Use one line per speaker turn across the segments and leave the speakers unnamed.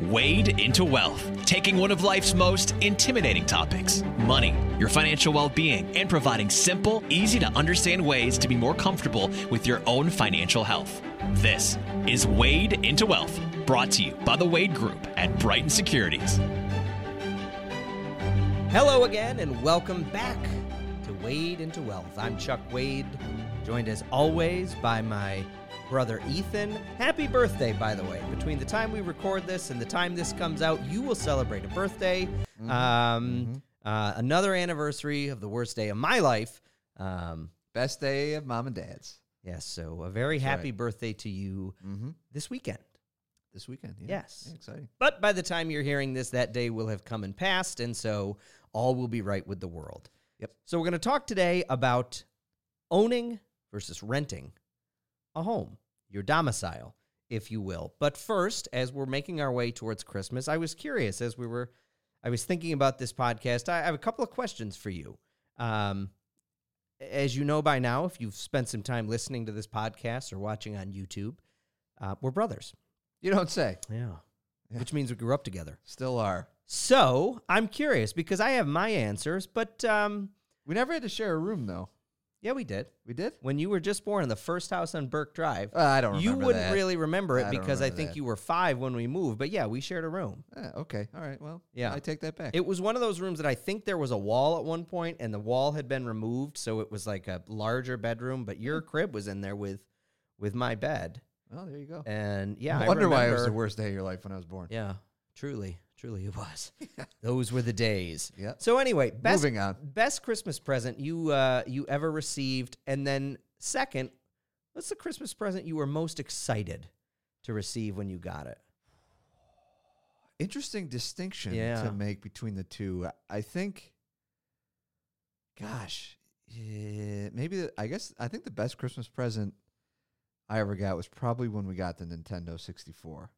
Wade into Wealth, taking one of life's most intimidating topics money, your financial well being, and providing simple, easy to understand ways to be more comfortable with your own financial health. This is Wade into Wealth, brought to you by the Wade Group at Brighton Securities.
Hello again, and welcome back to Wade into Wealth. I'm Chuck Wade, joined as always by my brother Ethan. Happy birthday, by the way. Between the time we record this and the time this comes out, you will celebrate a birthday, um, uh, another anniversary of the worst day of my life. Um,
Best day of mom and dad's
yes, so a very happy birthday to you this weekend.
this weekend. Yeah.
Yes.
Yeah, exciting.
But by the time you're hearing this, that day will have come and passed, and so all will be right with the world.
Yep.
So we're going to talk today about owning versus renting a home, your domicile, if you will. But first, as we're making our way towards Christmas, I was curious as we were, I was thinking about this podcast. I I have a couple of questions for you. Um, as you know by now, if you've spent some time listening to this podcast or watching on YouTube, uh, we're brothers.
You don't say.
Yeah. Which means we grew up together.
Still are.
So I'm curious because I have my answers, but um,
We never had to share a room though.
yeah, we did.
We did.
When you were just born in the first house on Burke Drive,
Uh, I don't.
you
remember
wouldn't
that.
really remember it
I don't
because I
remember
think
that.
you were five when we moved. But yeah, we shared a room.
Ah, okay. All right. Well.
Yeah.
I take that back.
It was one of those rooms that I think there was a wall at one point, and the wall had been removed, so it was like a larger bedroom. But
Hmm.
your crib was in there with, with my bed,
well, there you go.
and yeah,
I wonder why it was the
remember-
worst day of your life when I was born.
Yeah, truly, truly, it was. Those were the days.
Yep.
So anyway, best
Moving on.
best Christmas present you uh, you ever received, and then second, what's the Christmas present you were most excited to receive when you got it?
Interesting distinction
Yeah.
to make between the two. I think. Gosh, eh, maybe the, I guess I think the best Christmas present I ever got was probably when we got the Nintendo sixty four.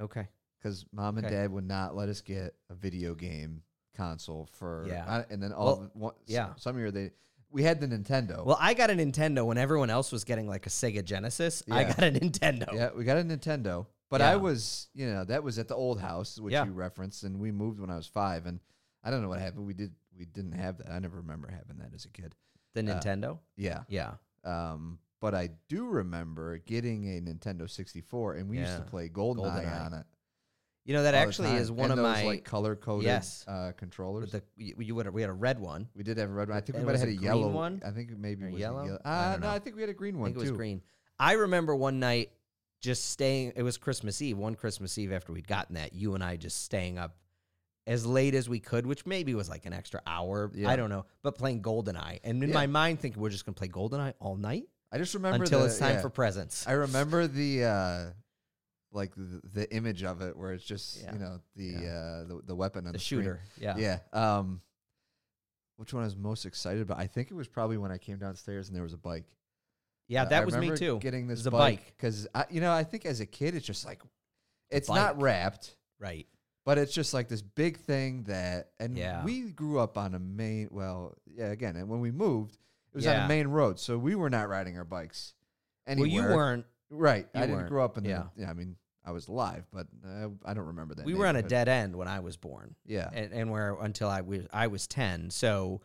Okay.
because mom and
Okay.
dad would not let us get a video game console for
Yeah.
I- and then all
Well,
of, one,
yeah.
yeah some year they we had the Nintendo
Well, I got a Nintendo when everyone else was getting like a Sega Genesis. I
Yeah.
got a Nintendo.
yeah we got a Nintendo but
Yeah.
I was you know that was at the old house which
Yeah.
you referenced and we moved when I was five and I don't know what happened we did we didn't have that I never remember having that as a kid
The Nintendo.
yeah
yeah.
um but I do remember getting a Nintendo sixty four and we used to
Yeah.
play Goldeneye,
GoldenEye.
on it
You know that
all the
actually
time.
is one
And
of
those,
my.
like color coded
Yes.
uh, controllers
with the, you, you would we had a red one.
We did have a red one. I think we
And
might have
was
had
it
a
green
yellow
one?
I think it maybe
Or
was a
yellow?
yellow.
I
Uh,
don't
no,
know.
I think we had a green
I
one
think it was
too.
green. I remember one night just staying. It was Christmas Eve. One Christmas Eve after we'd gotten that, you and I just staying up as late as we could, which maybe was like an extra hour. I
Yeah.
don't know. But playing Goldeneye, and in
Yeah.
my mind thinking we're just gonna play Goldeneye all night
I just remember
until
the-
it's time
yeah.
for presents.
I remember the uh, like the, the image of it where it's just
Yeah.
you know the
Yeah.
uh, the, the weapon
the
on the, screen.
shooter, yeah.
Yeah. Um, which one I was most excited about? I think it was probably when I came downstairs and there was a bike.
Yeah,
Uh,
that
I
was me
remember
too.
Getting this
was a bike.
because you know I think as a kid it's just like it's not
bike.
wrapped.
right.
But it's just like this big thing that, and
Yeah.
we grew up on a main. Well, yeah, again, and when we moved, it was on
Yeah.
a main road, so we were not riding our bikes anywhere.
Well, you weren't.
right.
you
I didn't
weren't,
grow up in
yeah.
the. Yeah, I mean, I was alive, but uh, I don't remember that.
We were on a
neighborhood.
dead end when I was born.
Yeah,
and, and where until I was I was ten. So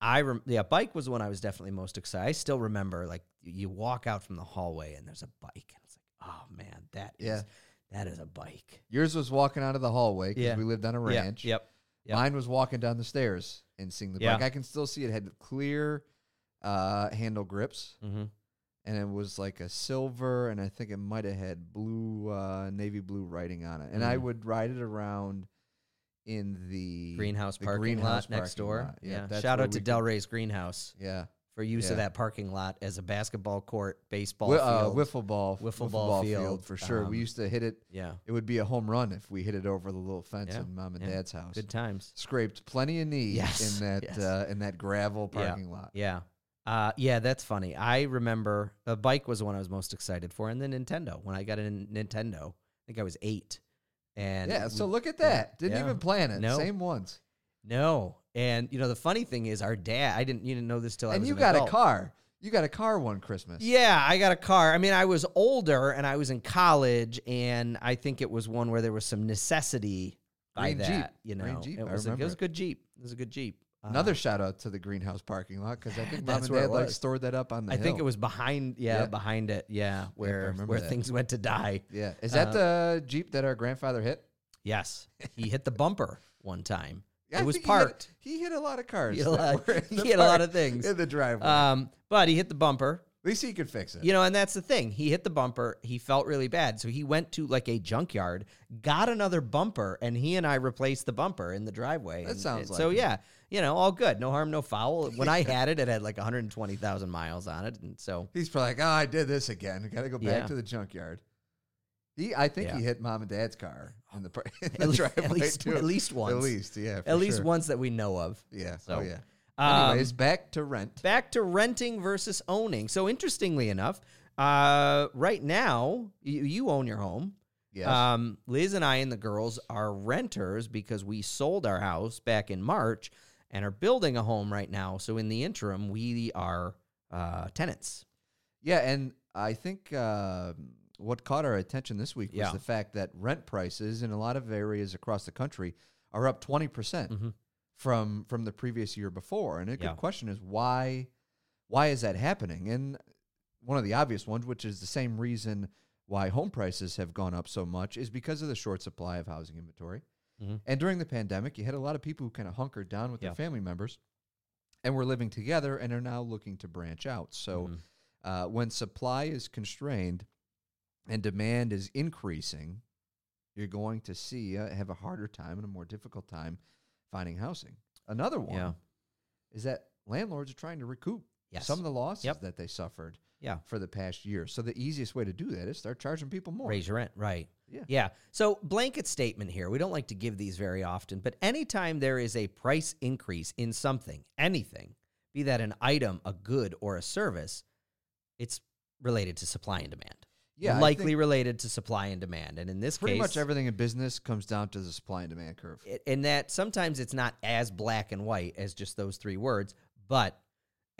I rem- yeah, bike was the one I was definitely most excited. I still remember like you walk out from the hallway and there's a bike and it's like oh man that is
Yeah.
that is a bike.
yours was walking out of the hallway because
Yeah.
we lived on a ranch.
Yep. yep.
Mine was walking down the stairs and seeing the
Yeah.
bike. I can still see it had clear uh, handle grips.
Mm-hmm.
and it was like a silver, and I think it might have had blue, uh, navy blue writing on it. And I
Mhm.
would ride it around in the
Greenhouse
the
parking lot
greenhouse
next
parking
door.
lot.
Yeah.
that's
Shout
where
out to
we
Del
could-
Rey's greenhouse
Yeah,
for use of
Yeah.
that parking lot as a basketball court, baseball
Wi- uh,
field.
wiffle ball, f-
Wiffle ball field,
for sure.
um,
we used to hit it.
yeah.
It would be a home run if we hit it over the little fence
Yeah,
in mom and
yeah.
dad's house.
Good times.
Scraped plenty of knees
Yes,
in that
yes.
uh, in that gravel
Yeah,
parking lot.
Yeah. Uh, yeah, that's funny. I remember the bike was the one I was most excited for, and the Nintendo. When I got a N- Nintendo, I think I was eight. And
yeah, so
we-
look at
yeah,
that. Didn't
yeah.
even plan it.
No.
Same ones.
no, and you know the funny thing is, our dad. I didn't. You didn't know this till I
and
was
you
an
got
adult.
a car. You got a car one Christmas.
Yeah, I got a car. I mean, I was older and I was in college, and I think it was one where there was some necessity by
Green
that.
Jeep.
You
Green
know,
Jeep,
it
I
was, a, it
remember
was a
it.
good Jeep. It was a good Jeep. Uh,
Another shout out to the greenhouse parking lot because I think mom
That's
and
where it
dad like
was.
stored that up on the.
I think
hill.
it was behind. Yeah,
Yeah.
behind it. Yeah, where
remember
where
that.
things went to die.
Yeah, is that
Uh,
the Jeep that our grandfather hit?
Yes, he hit the bumper one time.
Yeah, I
it was
think he hit-
parked.
He hit, a lot of cars.
He hit a
that
lot-
were in the
he hit a lot
park-
of things.
in the driveway.
Um, but he hit the bumper.
At least he could fix it.
You know, and that's the thing. He hit the bumper. He felt really bad. So he went to like a junkyard, got another bumper, and he and I replaced the bumper in the driveway.
That
And-
sounds
and So,
like him.
yeah, you know, all good. No harm, no foul. When I had it, it had like 120,000 miles on it. And so,
He's probably like, oh, I did this again. Got to go back
Yeah.
to the junkyard. He, I think he
Yeah.
hit mom and dad's car in the, par- in the
at, le-
driveway
at least,
too.
at least once.
At least, yeah. for
At least
sure.
ones that we know of.
Yeah.
So,
oh yeah.
Um,
Anyways, back to rent.
back to renting versus owning. So, interestingly enough, uh, right now, you, you own your home.
Yes.
Um, Liz and I and the girls are renters because we sold our house back in March and are building a home right now. So in the interim, we are uh, tenants.
yeah, and I think uh, what caught our attention this week was
Yeah.
the fact that rent prices in a lot of areas across the country are up twenty percent
Mhm.
from from the previous year before. And a good
Yeah.
question is why why is that happening? And one of the obvious ones, which is the same reason why home prices have gone up so much, is because of the short supply of housing inventory.
Mhm.
And during the pandemic, you had a lot of people who kind of hunkered down with
Yeah.
their family members and were living together and are now looking to branch out. So
Mhm.
uh, when supply is constrained and demand is increasing, you're going to see uh, have a harder time and a more difficult time finding housing. Another one
Yeah.
is that landlords are trying to recoup
Yes.
some of the losses
Yep.
that they suffered
Yeah.
for the past year. So the easiest way to do that is start charging people more.
Raise your rent, right?
Yeah.
Yeah. So blanket statement here. We don't like to give these very often, but anytime there is a price increase in something, anything, be that an item, a good, or a service, it's related to supply and demand.
I
likely
think
related to supply and demand. And in this
pretty
case,
much everything in business comes down to the supply and demand curve.
it- and that sometimes it's not as black and white as just those three words, but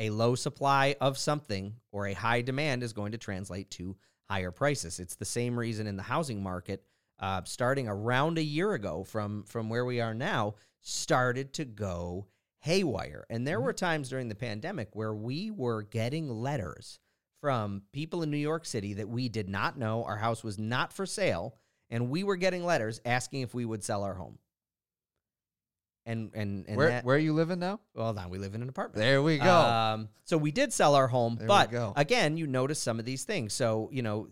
a low supply of something or a high demand is going to translate to higher prices. It's the same reason in the housing market, uh, starting around a year ago from from where we are now, started to go haywire. And there were times during the pandemic where we were getting letters from people in New York City that we did not know our house was not for sale, and we were getting letters asking if we would sell our home. And and and
where
that,
where are you living now?
well, now we live in an apartment.
There we go.
Um, so we did sell our home,
There we
but
go.
again, you notice some of these things. So you know,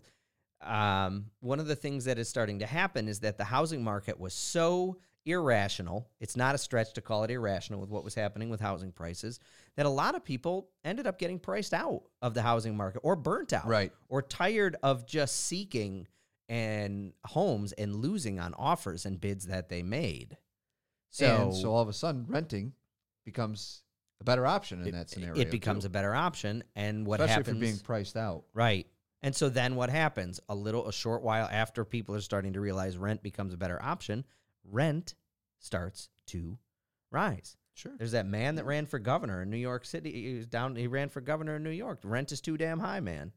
um, one of the things that is starting to happen is that the housing market was so irrational. It's not a stretch to call it irrational with what was happening with housing prices. That a lot of people ended up getting priced out of the housing market or burnt out,
Right.
Or tired of just seeking and homes and losing on offers and bids that they made. So,
and so all of a sudden, renting becomes a better option in that scenario.
it becomes
too.
a better option. And what
especially
happens?
if you're being priced out.
Right. And so then what happens? A little, a short while after people are starting to realize rent becomes a better option, rent starts to rise.
Sure.
There's that man that ran for governor in New York City. He was down. He ran for governor in New York. Rent is too damn high, man.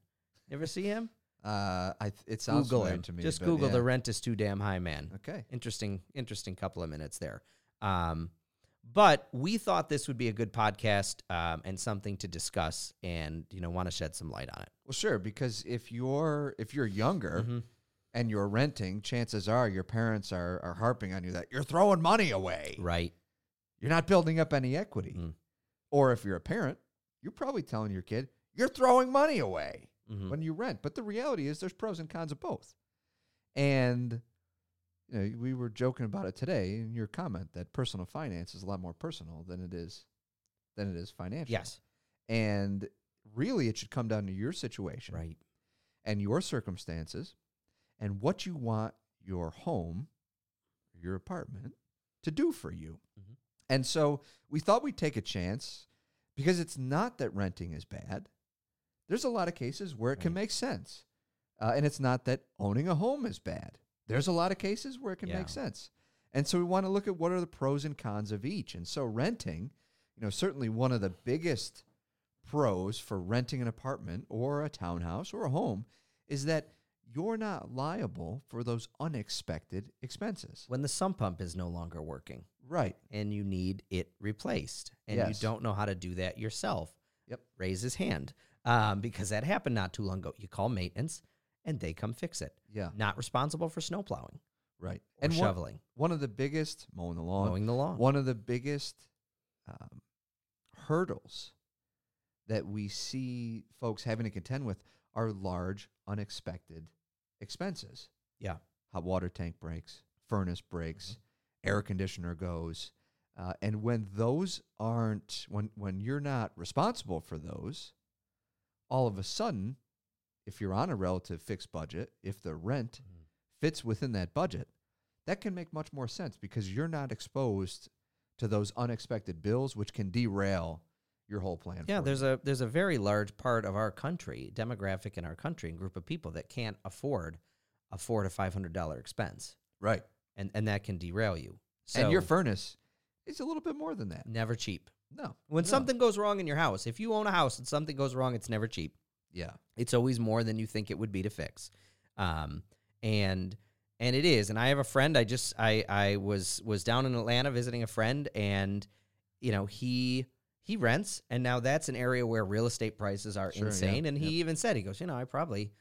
You ever see him?
Uh, I th- it sounds
Google
familiar
him.
to me.
Just
but
Google
yeah.
the rent is too damn high, man
Okay.
interesting interesting couple of minutes there um, but we thought this would be a good podcast um, and something to discuss and you know want to shed some light on it
Well, sure. Because if you're if you're younger
Mhm.
and you're renting, chances are your parents are are harping on you that you're throwing money away.
right
You're not building up any equity.
Mhm.
Or if you're a parent, you're probably telling your kid you're throwing money away
Mhm.
when you rent. But the reality is, there's pros and cons of both. And you know, we were joking about it today in your comment that personal finance is a lot more personal than it is than it is financial.
yes
And really, it should come down to your situation
right
and your circumstances and what you want your home, your apartment, to do for you.
Mhm.
And so we thought we'd take a chance because it's not that renting is bad. There's a lot of cases where it can
Right.
make sense. Uh, and it's not that owning a home is bad. There's a lot of cases where it can
Yeah.
make sense. And so we want to look at what are the pros and cons of each. And so renting, you know, certainly one of the biggest pros for renting an apartment or a townhouse or a home is that you're not liable for those unexpected expenses.
When the sump pump is no longer working
Right.
and you need it replaced and
Yes.
you don't know how to do that yourself,
Yep.
raise his hand um, because that happened not too long ago. You call maintenance and they come fix it.
Yeah.
Not responsible for snow plowing
Right.
or
one-
shoveling,
One, of the biggest mowing the lawn.
mowing the lawn.
One of the biggest um, hurdles that we see folks having to contend with are large unexpected expenses.
Yeah.
Hot water tank breaks, furnace breaks,
Mm-hmm.
air conditioner goes. Uh, and when those aren't, when, when you're not responsible for those, all of a sudden, if you're on a relative fixed budget, if the rent
Mm-hmm.
fits within that budget, that can make much more sense because you're not exposed to those unexpected bills, which can derail your whole plan.
Yeah,
for
there's
you.
a there's a very large part of our country, demographic in our country, and group of people that can't afford a four to five hundred dollar expense,
right,
and and that can derail you. So
and your furnace is a little bit more than that.
never cheap.
No,
When
no.
something goes wrong in your house, if you own a house and something goes wrong, it's never cheap.
yeah,
It's always more than you think it would be to fix, um, and and it is. And I have a friend. I just I I was was down in Atlanta visiting a friend, and you know he he rents, and now that's an area where real estate prices are
Sure, yeah,
insane. And he
yep.
even said he goes, you know, I probably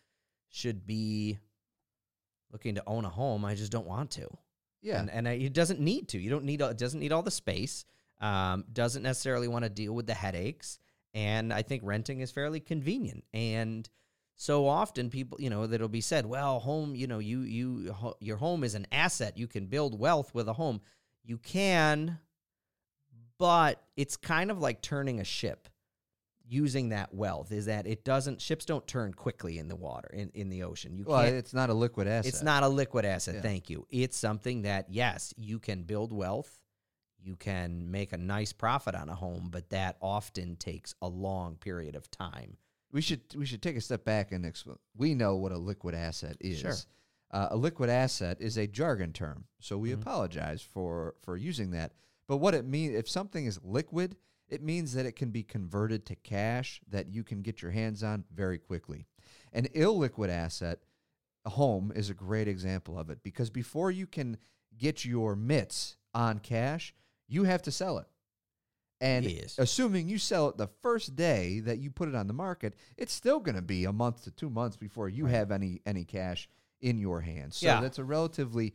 should be looking to own a home. I just don't want to.
yeah,
And, and I, it doesn't need to. You don't need. all- It doesn't need all the space. Um, doesn't necessarily want to deal with the headaches. And I think renting is fairly convenient. And so often people, you know, that'll be said, well, home, you know, you you ho- your home is an asset. You can build wealth with a home. You can, but it's kind of like turning a ship. Using that wealth is that it doesn't ships don't turn quickly in the water in, in the ocean. You
well,
can't
it's not a liquid asset.
it's not a liquid asset.
Yeah.
Thank you. It's something that, yes, you can build wealth. You can make a nice profit on a home, but that often takes a long period of time.
We should we should take a step back and explain. We know what a liquid asset is.
Sure.
Uh, a liquid asset is a jargon term, so we
Mhm.
apologize for for using that. But what it means, if something is liquid, it means that it can be converted to cash that you can get your hands on very quickly. An illiquid asset, a home, is a great example of it because before you can get your mitts on cash, you have to sell it. And
Yes.
assuming you sell it the first day that you put it on the market, it's still going to be a month to two months before you have any any cash in your hands. So
Yeah.
that's a relatively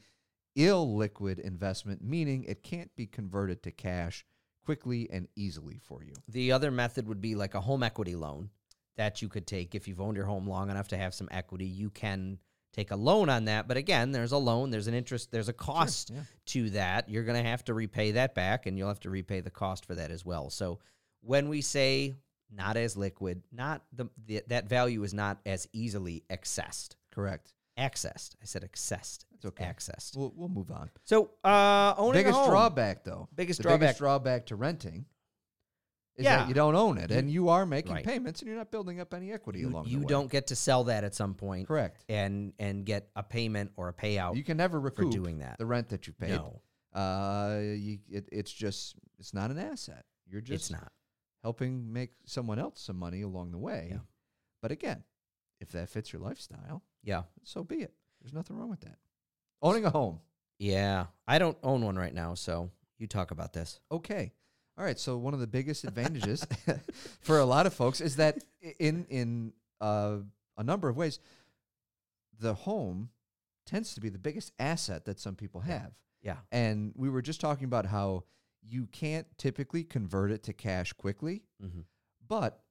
illiquid investment, meaning it can't be converted to cash quickly and easily for you.
The other method would be like a home equity loan that you could take if you've owned your home long enough to have some equity. You can take a loan on that, but again, there's a loan, there's an interest, there's a cost
yeah.
to that. You're going to have to repay that back and you'll have to repay the cost for that as well. So when we say not as liquid, not the, the that value is not as easily accessed.
Correct.
Accessed. I said accessed. It's
okay.
Accessed.
We'll, we'll move on.
So uh owning
biggest
a home.
drawback though.
Biggest
the
drawback.
biggest drawback to renting is
Yeah.
that you don't own it and you are making
Right.
payments and you're not building up any equity
you,
along the
you
way.
don't get to sell that at some point
Correct.
and and get a payment or a payout.
You can never recoup
doing that.
the rent that you paid.
no,
Uh, you, it, it's just it's not an asset. You're
it's
just
not.
helping make someone else some money along the way.
Yeah.
But again, if that fits your lifestyle,
Yeah.
so be it. There's nothing wrong with that. Owning a home.
Yeah. I don't own one right now, so you talk about this.
Okay. All right. So one of the biggest advantages for a lot of folks is that i- in in uh, a number of ways, the home tends to be the biggest asset that some people have.
Yeah.
And we were just talking about how you can't typically convert it to cash quickly,
Mm-hmm.
but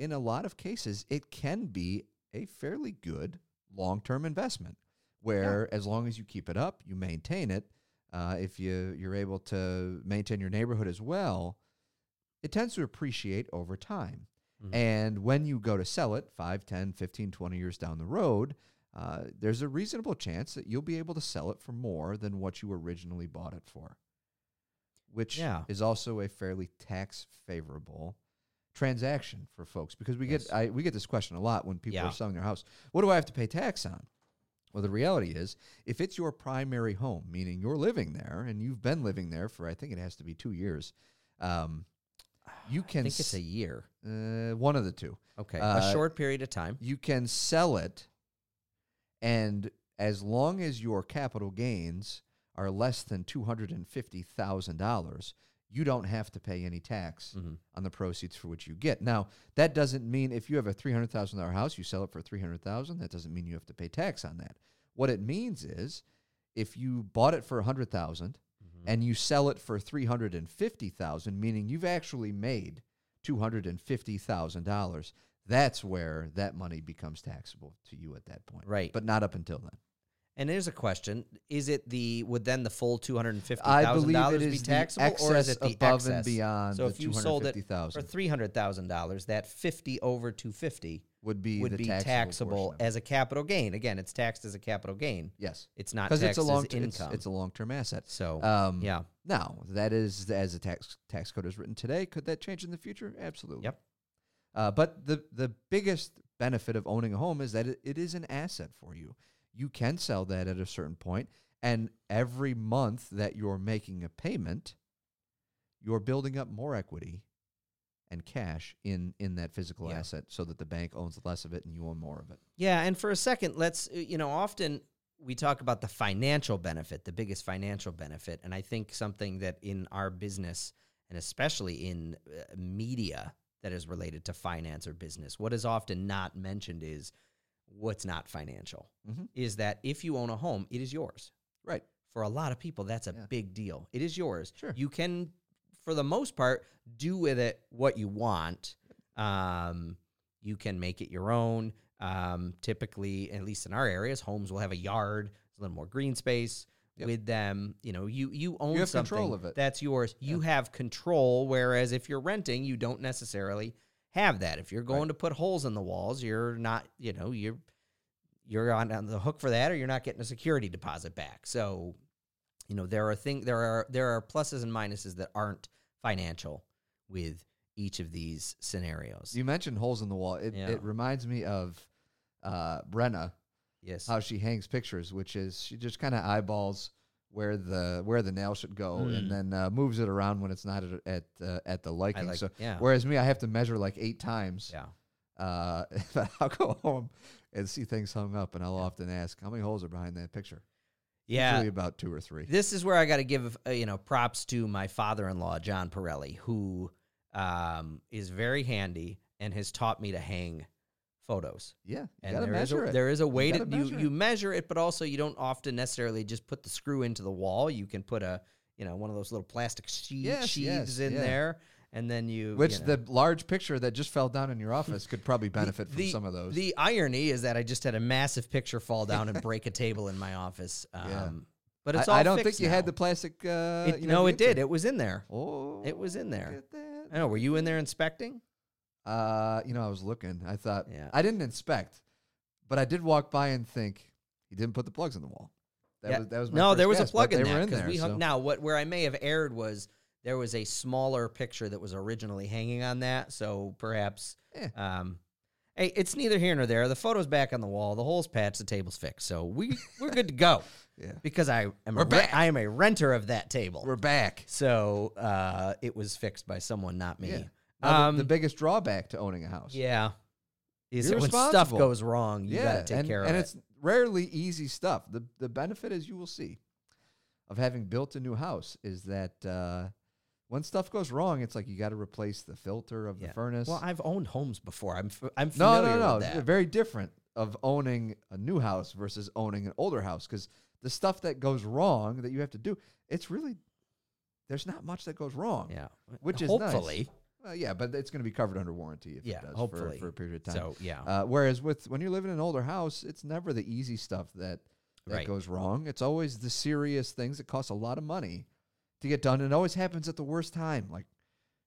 in a lot of cases, it can be a fairly good long term investment where as long as you keep it up, you maintain it. Uh, if you, you're able to maintain your neighborhood as well, it tends to appreciate over time.
Mhm.
And when you go to sell it 5, 10, 15, 20 years down the road, uh, there's a reasonable chance that you'll be able to sell it for more than what you originally bought it for, which
Yeah.
is also a fairly tax favorable transaction for folks because we
Yes.
get I, we get this question a lot when people
Yeah.
are selling their house. What do I have to pay tax on? Well, the reality is, if it's your primary home, meaning you're living there and you've been living there for I think it has to be two years, um, You
I
can
think it's a year.
s- uh, one of the two.
Okay, a
Uh,
short period of time.
You can sell it, and as long as your capital gains are less than two hundred and fifty thousand dollars, you don't have to pay any tax
Mhm.
on the proceeds for which you get. Now, that doesn't mean if you have a three hundred thousand dollar house, you sell it for three hundred thousand. That doesn't mean you have to pay tax on that. What it means is, if you bought it for a hundred thousand
Mm-hmm.
and you sell it for three hundred and fifty thousand, meaning you've actually made two hundred and fifty thousand dollars. That's where that money becomes taxable to you at that point,
Right.
But not up until then.
And there's a question: Is it the would then the full two hundred and fifty
I
thousand
believe
dollars
it
be
is the
taxable, or is
excess
it the
above
excess?
and beyond
So
the
if you sold it for
$250,000.
three hundred thousand dollars, that fifty over two fifty
Would be
would
the
be
taxable,
taxable
portion of it.
as a capital gain. Again, it's taxed as a capital gain.
yes,
It's not
because
taxed
it's a long
as income.
It's, it's a long term asset.
so
Um,
yeah,
Now that is the- as the tax tax code is written today. Could that change in the future? Absolutely.
Yep.
Uh, but the the biggest benefit of owning a home is that it, it is an asset for you. You can sell that at a certain point, and every month that you're making a payment, you're building up more equity and cash in in that physical
Yeah.
asset, so that the bank owns less of it and you own more of it.
yeah. And for a second, let's uh, you know often we talk about the financial benefit, the biggest financial benefit, and I think something that in our business and especially in uh, media that is related to finance or business, what is often not mentioned is what's not financial.
Mhm.
Is that if you own a home, it is yours.
Right.
for a lot of people that's a
Yeah.
big deal it is yours
Sure.
you can for the most part do with it what you want um, you can make it your own um, typically at least in our areas homes will have a yard a little more green space
Yep.
with them you know you you own
have
something
control of it.
that's yours you have control whereas if you're renting you don't necessarily have that if you're going to put holes in the walls you're not you know you're you're on, on the hook for that or you're not getting a security deposit back. So, you know, there are thing there are there are pluses and minuses that aren't financial with each of these scenarios.
You mentioned holes in the wall. It
Yeah.
it reminds me of uh, Brenna.
yes.
how she hangs pictures, which is she just kind of eyeballs where the where the nail should go,
Hmm.
and then uh, moves it around when it's not at at, uh, at the liking.
like-
so,
yeah.
whereas me, I have to measure like eight times.
yeah.
Uh, but I'll go home and see things hung up, and I'll often ask how many holes are behind that picture.
Yeah.
Usually about two or three.
This is where I got to give uh, you know props to my father-in-law John Pirelli, who um, is very handy and has taught me to hang photos.
yeah, you
And
gotta
there is
measure
a,
it.
there is a way
gotta
to you
measure
you
it.
measure it, but also you don't often necessarily just put the screw into the wall. You can put a you know one of those little plastic sheet,
Yes,
sheaves
yes,
in
yeah.
there, and then you
which
you know.
the large picture that just fell down in your office could probably benefit from some of those.
The irony is that I just had a massive picture fall down and break a table in my office. Um,
Yeah.
But it's
I,
all
I don't think
fixed
you had
now.
the plastic. Uh,
It-
you know,
no,
the
it did.
insert.
It was in there.
oh,
it was in
look
there.
at that.
I know. Were you in there inspecting?
Uh, you know, I was looking. I thought
Yeah.
I didn't inspect, but I did walk by and think he didn't put the plugs in the wall. That
Yeah.
was that was my
no.
first
there was
guess,
a
but
plug in
they
that
were in
because
there.
we hung,
so-
now what where I may have erred was there was a smaller picture that was originally hanging on that, so perhaps.
Eh.
Um, hey, it's neither here nor there. The photo's back on the wall. The hole's patched. The table's fixed. So we we're good to go
yeah,
because I am
We're
a re-
back.
I am a renter of that table.
we're back.
so uh, it was fixed by someone, not me.
Yeah. Now, the, the
Um,
biggest drawback to owning a house.
Yeah. Is
You're
that when stuff
responsible.
goes wrong, you
yeah,
gotta take
and,
care of
and
it.
it's rarely easy stuff. The the benefit, as you will see, of having built a new house is that uh, when stuff goes wrong, it's like you got to replace the filter of
Yeah.
the furnace.
Well, I've owned homes before. I'm f- I'm
No,
familiar
no, no.
with
They're
that.
Very different of owning a new house versus owning an older house because the stuff that goes wrong that you have to do, it's really there's not much that goes wrong.
yeah,
Which is nice.
hopefully
Well, yeah, but it's going to be covered under warranty if
Yeah,
it does for-
hopefully.
For, a period of time.
So yeah,
Uh, whereas with when you're living in an older house, it's never the easy stuff that that
Right.
goes wrong. It's always the serious things that cost a lot of money to get done, and it always happens at the worst time, like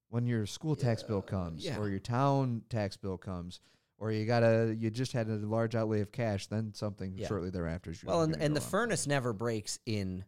when your school tax bill comes,
yeah.
or your town tax bill comes, or you gotta you just had a large outlay of cash, then something
Yeah.
shortly thereafter. Is
well, and
gonna
and
go
the
wrong.
furnace never breaks in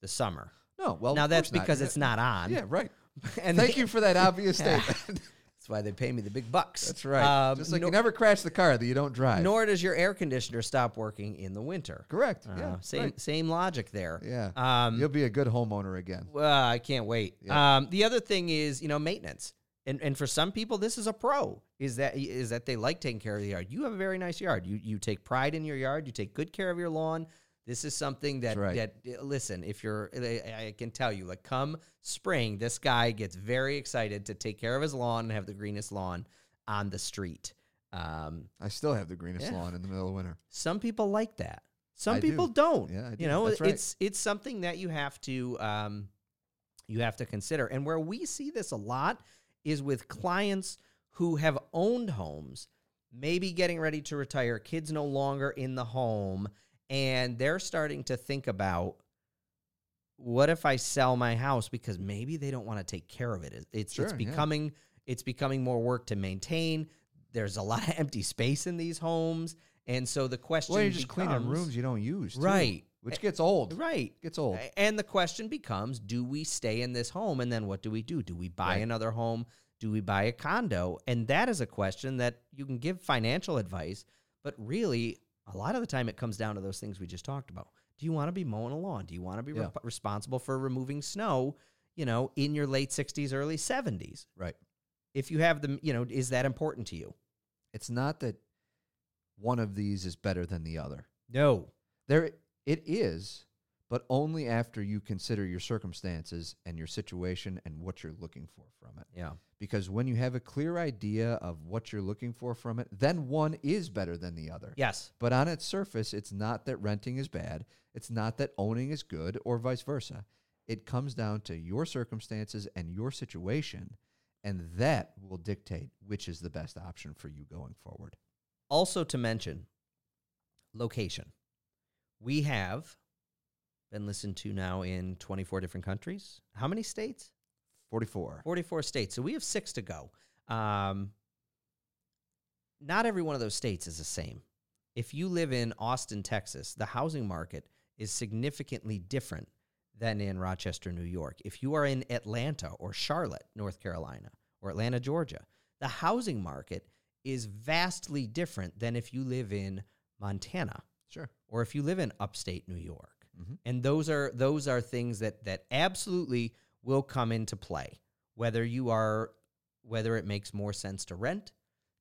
the summer.
No, well
now
Oh, of
that's
course
because
You
it's
got-
not on.
Yeah, right.
and
Thank
they-
you for that obvious statement.
That's why they pay me the big bucks.
that's right.
Um,
just like
nor,
you never crash the car that you don't drive.
nor does your air conditioner stop working in the winter.
Correct.
Uh,
yeah.
same
right.
same logic there.
Yeah.
Um,
You'll be a good homeowner again.
Well, Uh, I can't wait.
Yeah.
Um, the other thing is, you know, maintenance. and and for some people this is a pro is that is that they like taking care of the yard you have a very nice yard you you take pride in your yard you take good care of your lawn this is something that
That's right.
that eh, listen if you're I, I can tell you like come spring this guy gets very excited to take care of his lawn and have the greenest lawn on the street um,
I still have the greenest
Yeah.
lawn in the middle of winter.
some people like that. Some
I do.
people do. not
Yeah, I do.
you know,
That's right.
it's it's something that you have to um, you have to consider. And where we see this a lot is with clients who have owned homes, maybe getting ready to retire, kids no longer in the home, and they're starting to think about what if I sell my house because maybe they don't want to take care of it. It- It's
Sure,
it's
yeah.
becoming it's becoming more work to maintain. There's a lot of empty space in these homes, and so the question
Well, you're just
becomes,
cleaning rooms you don't use, too,
Right.
Which gets old.
right?
Gets old.
A- And the question becomes, do we stay in this home? And then what do we do? Do we buy
Right.
another home? Do we buy a condo? And that is a question that you can give financial advice, but really, a lot of the time it comes down to those things we just talked about. Do you want to be mowing a lawn? Do you want to be re-
Yeah.
responsible for removing snow, you know, in your late 60s, early 70s?
Right.
If you have them, you know, is that important to you?
It's not that one of these is better than the other.
No.
There it is, but only after you consider your circumstances and your situation and what you're looking for from it.
Yeah.
Because when you have a clear idea of what you're looking for from it, then one is better than the other.
Yes.
But on its surface, it's not that renting is bad, it's not that owning is good, or vice versa. It comes down to your circumstances and your situation, and that will dictate which is the best option for you going forward.
Also to mention, location. We have been listened to now in 24 different countries. How many states?
44.
44 states. So we have six to go. Um, not every one of those states is the same. If you live in Austin, Texas, the housing market is significantly different than in Rochester, New York. If you are in Atlanta or Charlotte, North Carolina, or Atlanta, Georgia, the housing market is vastly different than if you live in Montana
Sure.
or if you live in upstate New York.
Mhm.
And those are those are things that that absolutely will come into play. Whether you are whether it makes more sense to rent,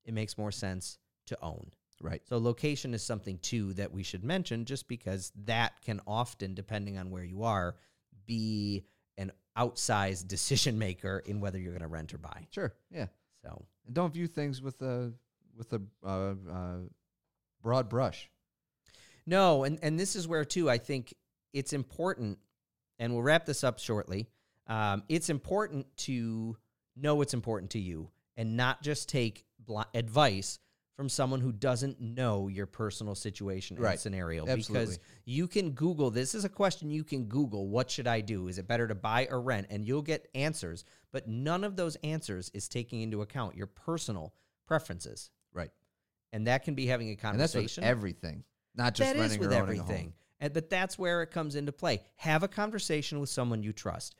it makes more sense to own.
Right.
So location is something too that we should mention just because that can often depending on where you are be an outsized decision maker in whether you're going to rent or buy.
Sure. Yeah.
So,
And don't view things with a with a uh, uh, broad brush.
No, and and this is where too I think it's important, and we'll wrap this up shortly. Um, it's important to know what's important to you, and not just take bl- advice from someone who doesn't know your personal situation and
Right.
scenario. Because
Absolutely.
you can Google this is a question you can Google. What should I do? Is it better to buy or rent? And you'll get answers, but none of those answers is taking into account your personal preferences,
Right.
and that can be having a
And that's
conversation.
with everything, not just
That is
renting
with
or owning a home.
everything. And, but that's where it comes into play. Have a conversation with someone you trust.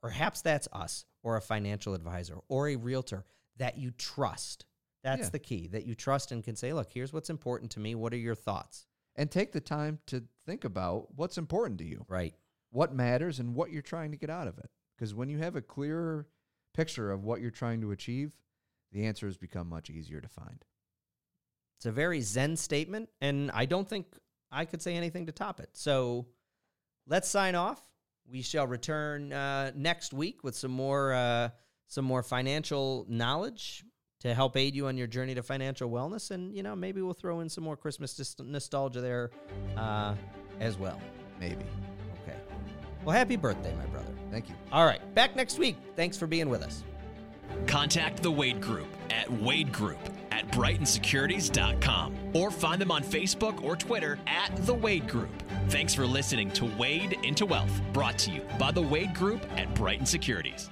Perhaps that's us or a financial advisor or a realtor that you trust. That's
Yeah.
the key that you trust and can say, look, here's what's important to me. What are your thoughts?
And take the time to think about what's important to you.
Right.
what matters and what you're trying to get out of it. Because when you have a clearer picture of what you're trying to achieve, the answers become much easier to find.
It's a very Zen statement, and I don't think I could say anything to top it. So let's sign off. We shall return uh, next week with some more uh, some more financial knowledge to help aid you on your journey to financial wellness, and you know maybe we'll throw in some more Christmas dis- nostalgia there uh, as well.
Maybe.
Okay. Well, happy birthday, my brother.
Thank you.
All right, back next week. Thanks for being with us.
Contact the Wade Group at Wade Group at BrightonSecurities.com or find them on Facebook or Twitter at The Wade Group. Thanks for listening to Wade into Wealth, brought to you by The Wade Group at Brighton Securities.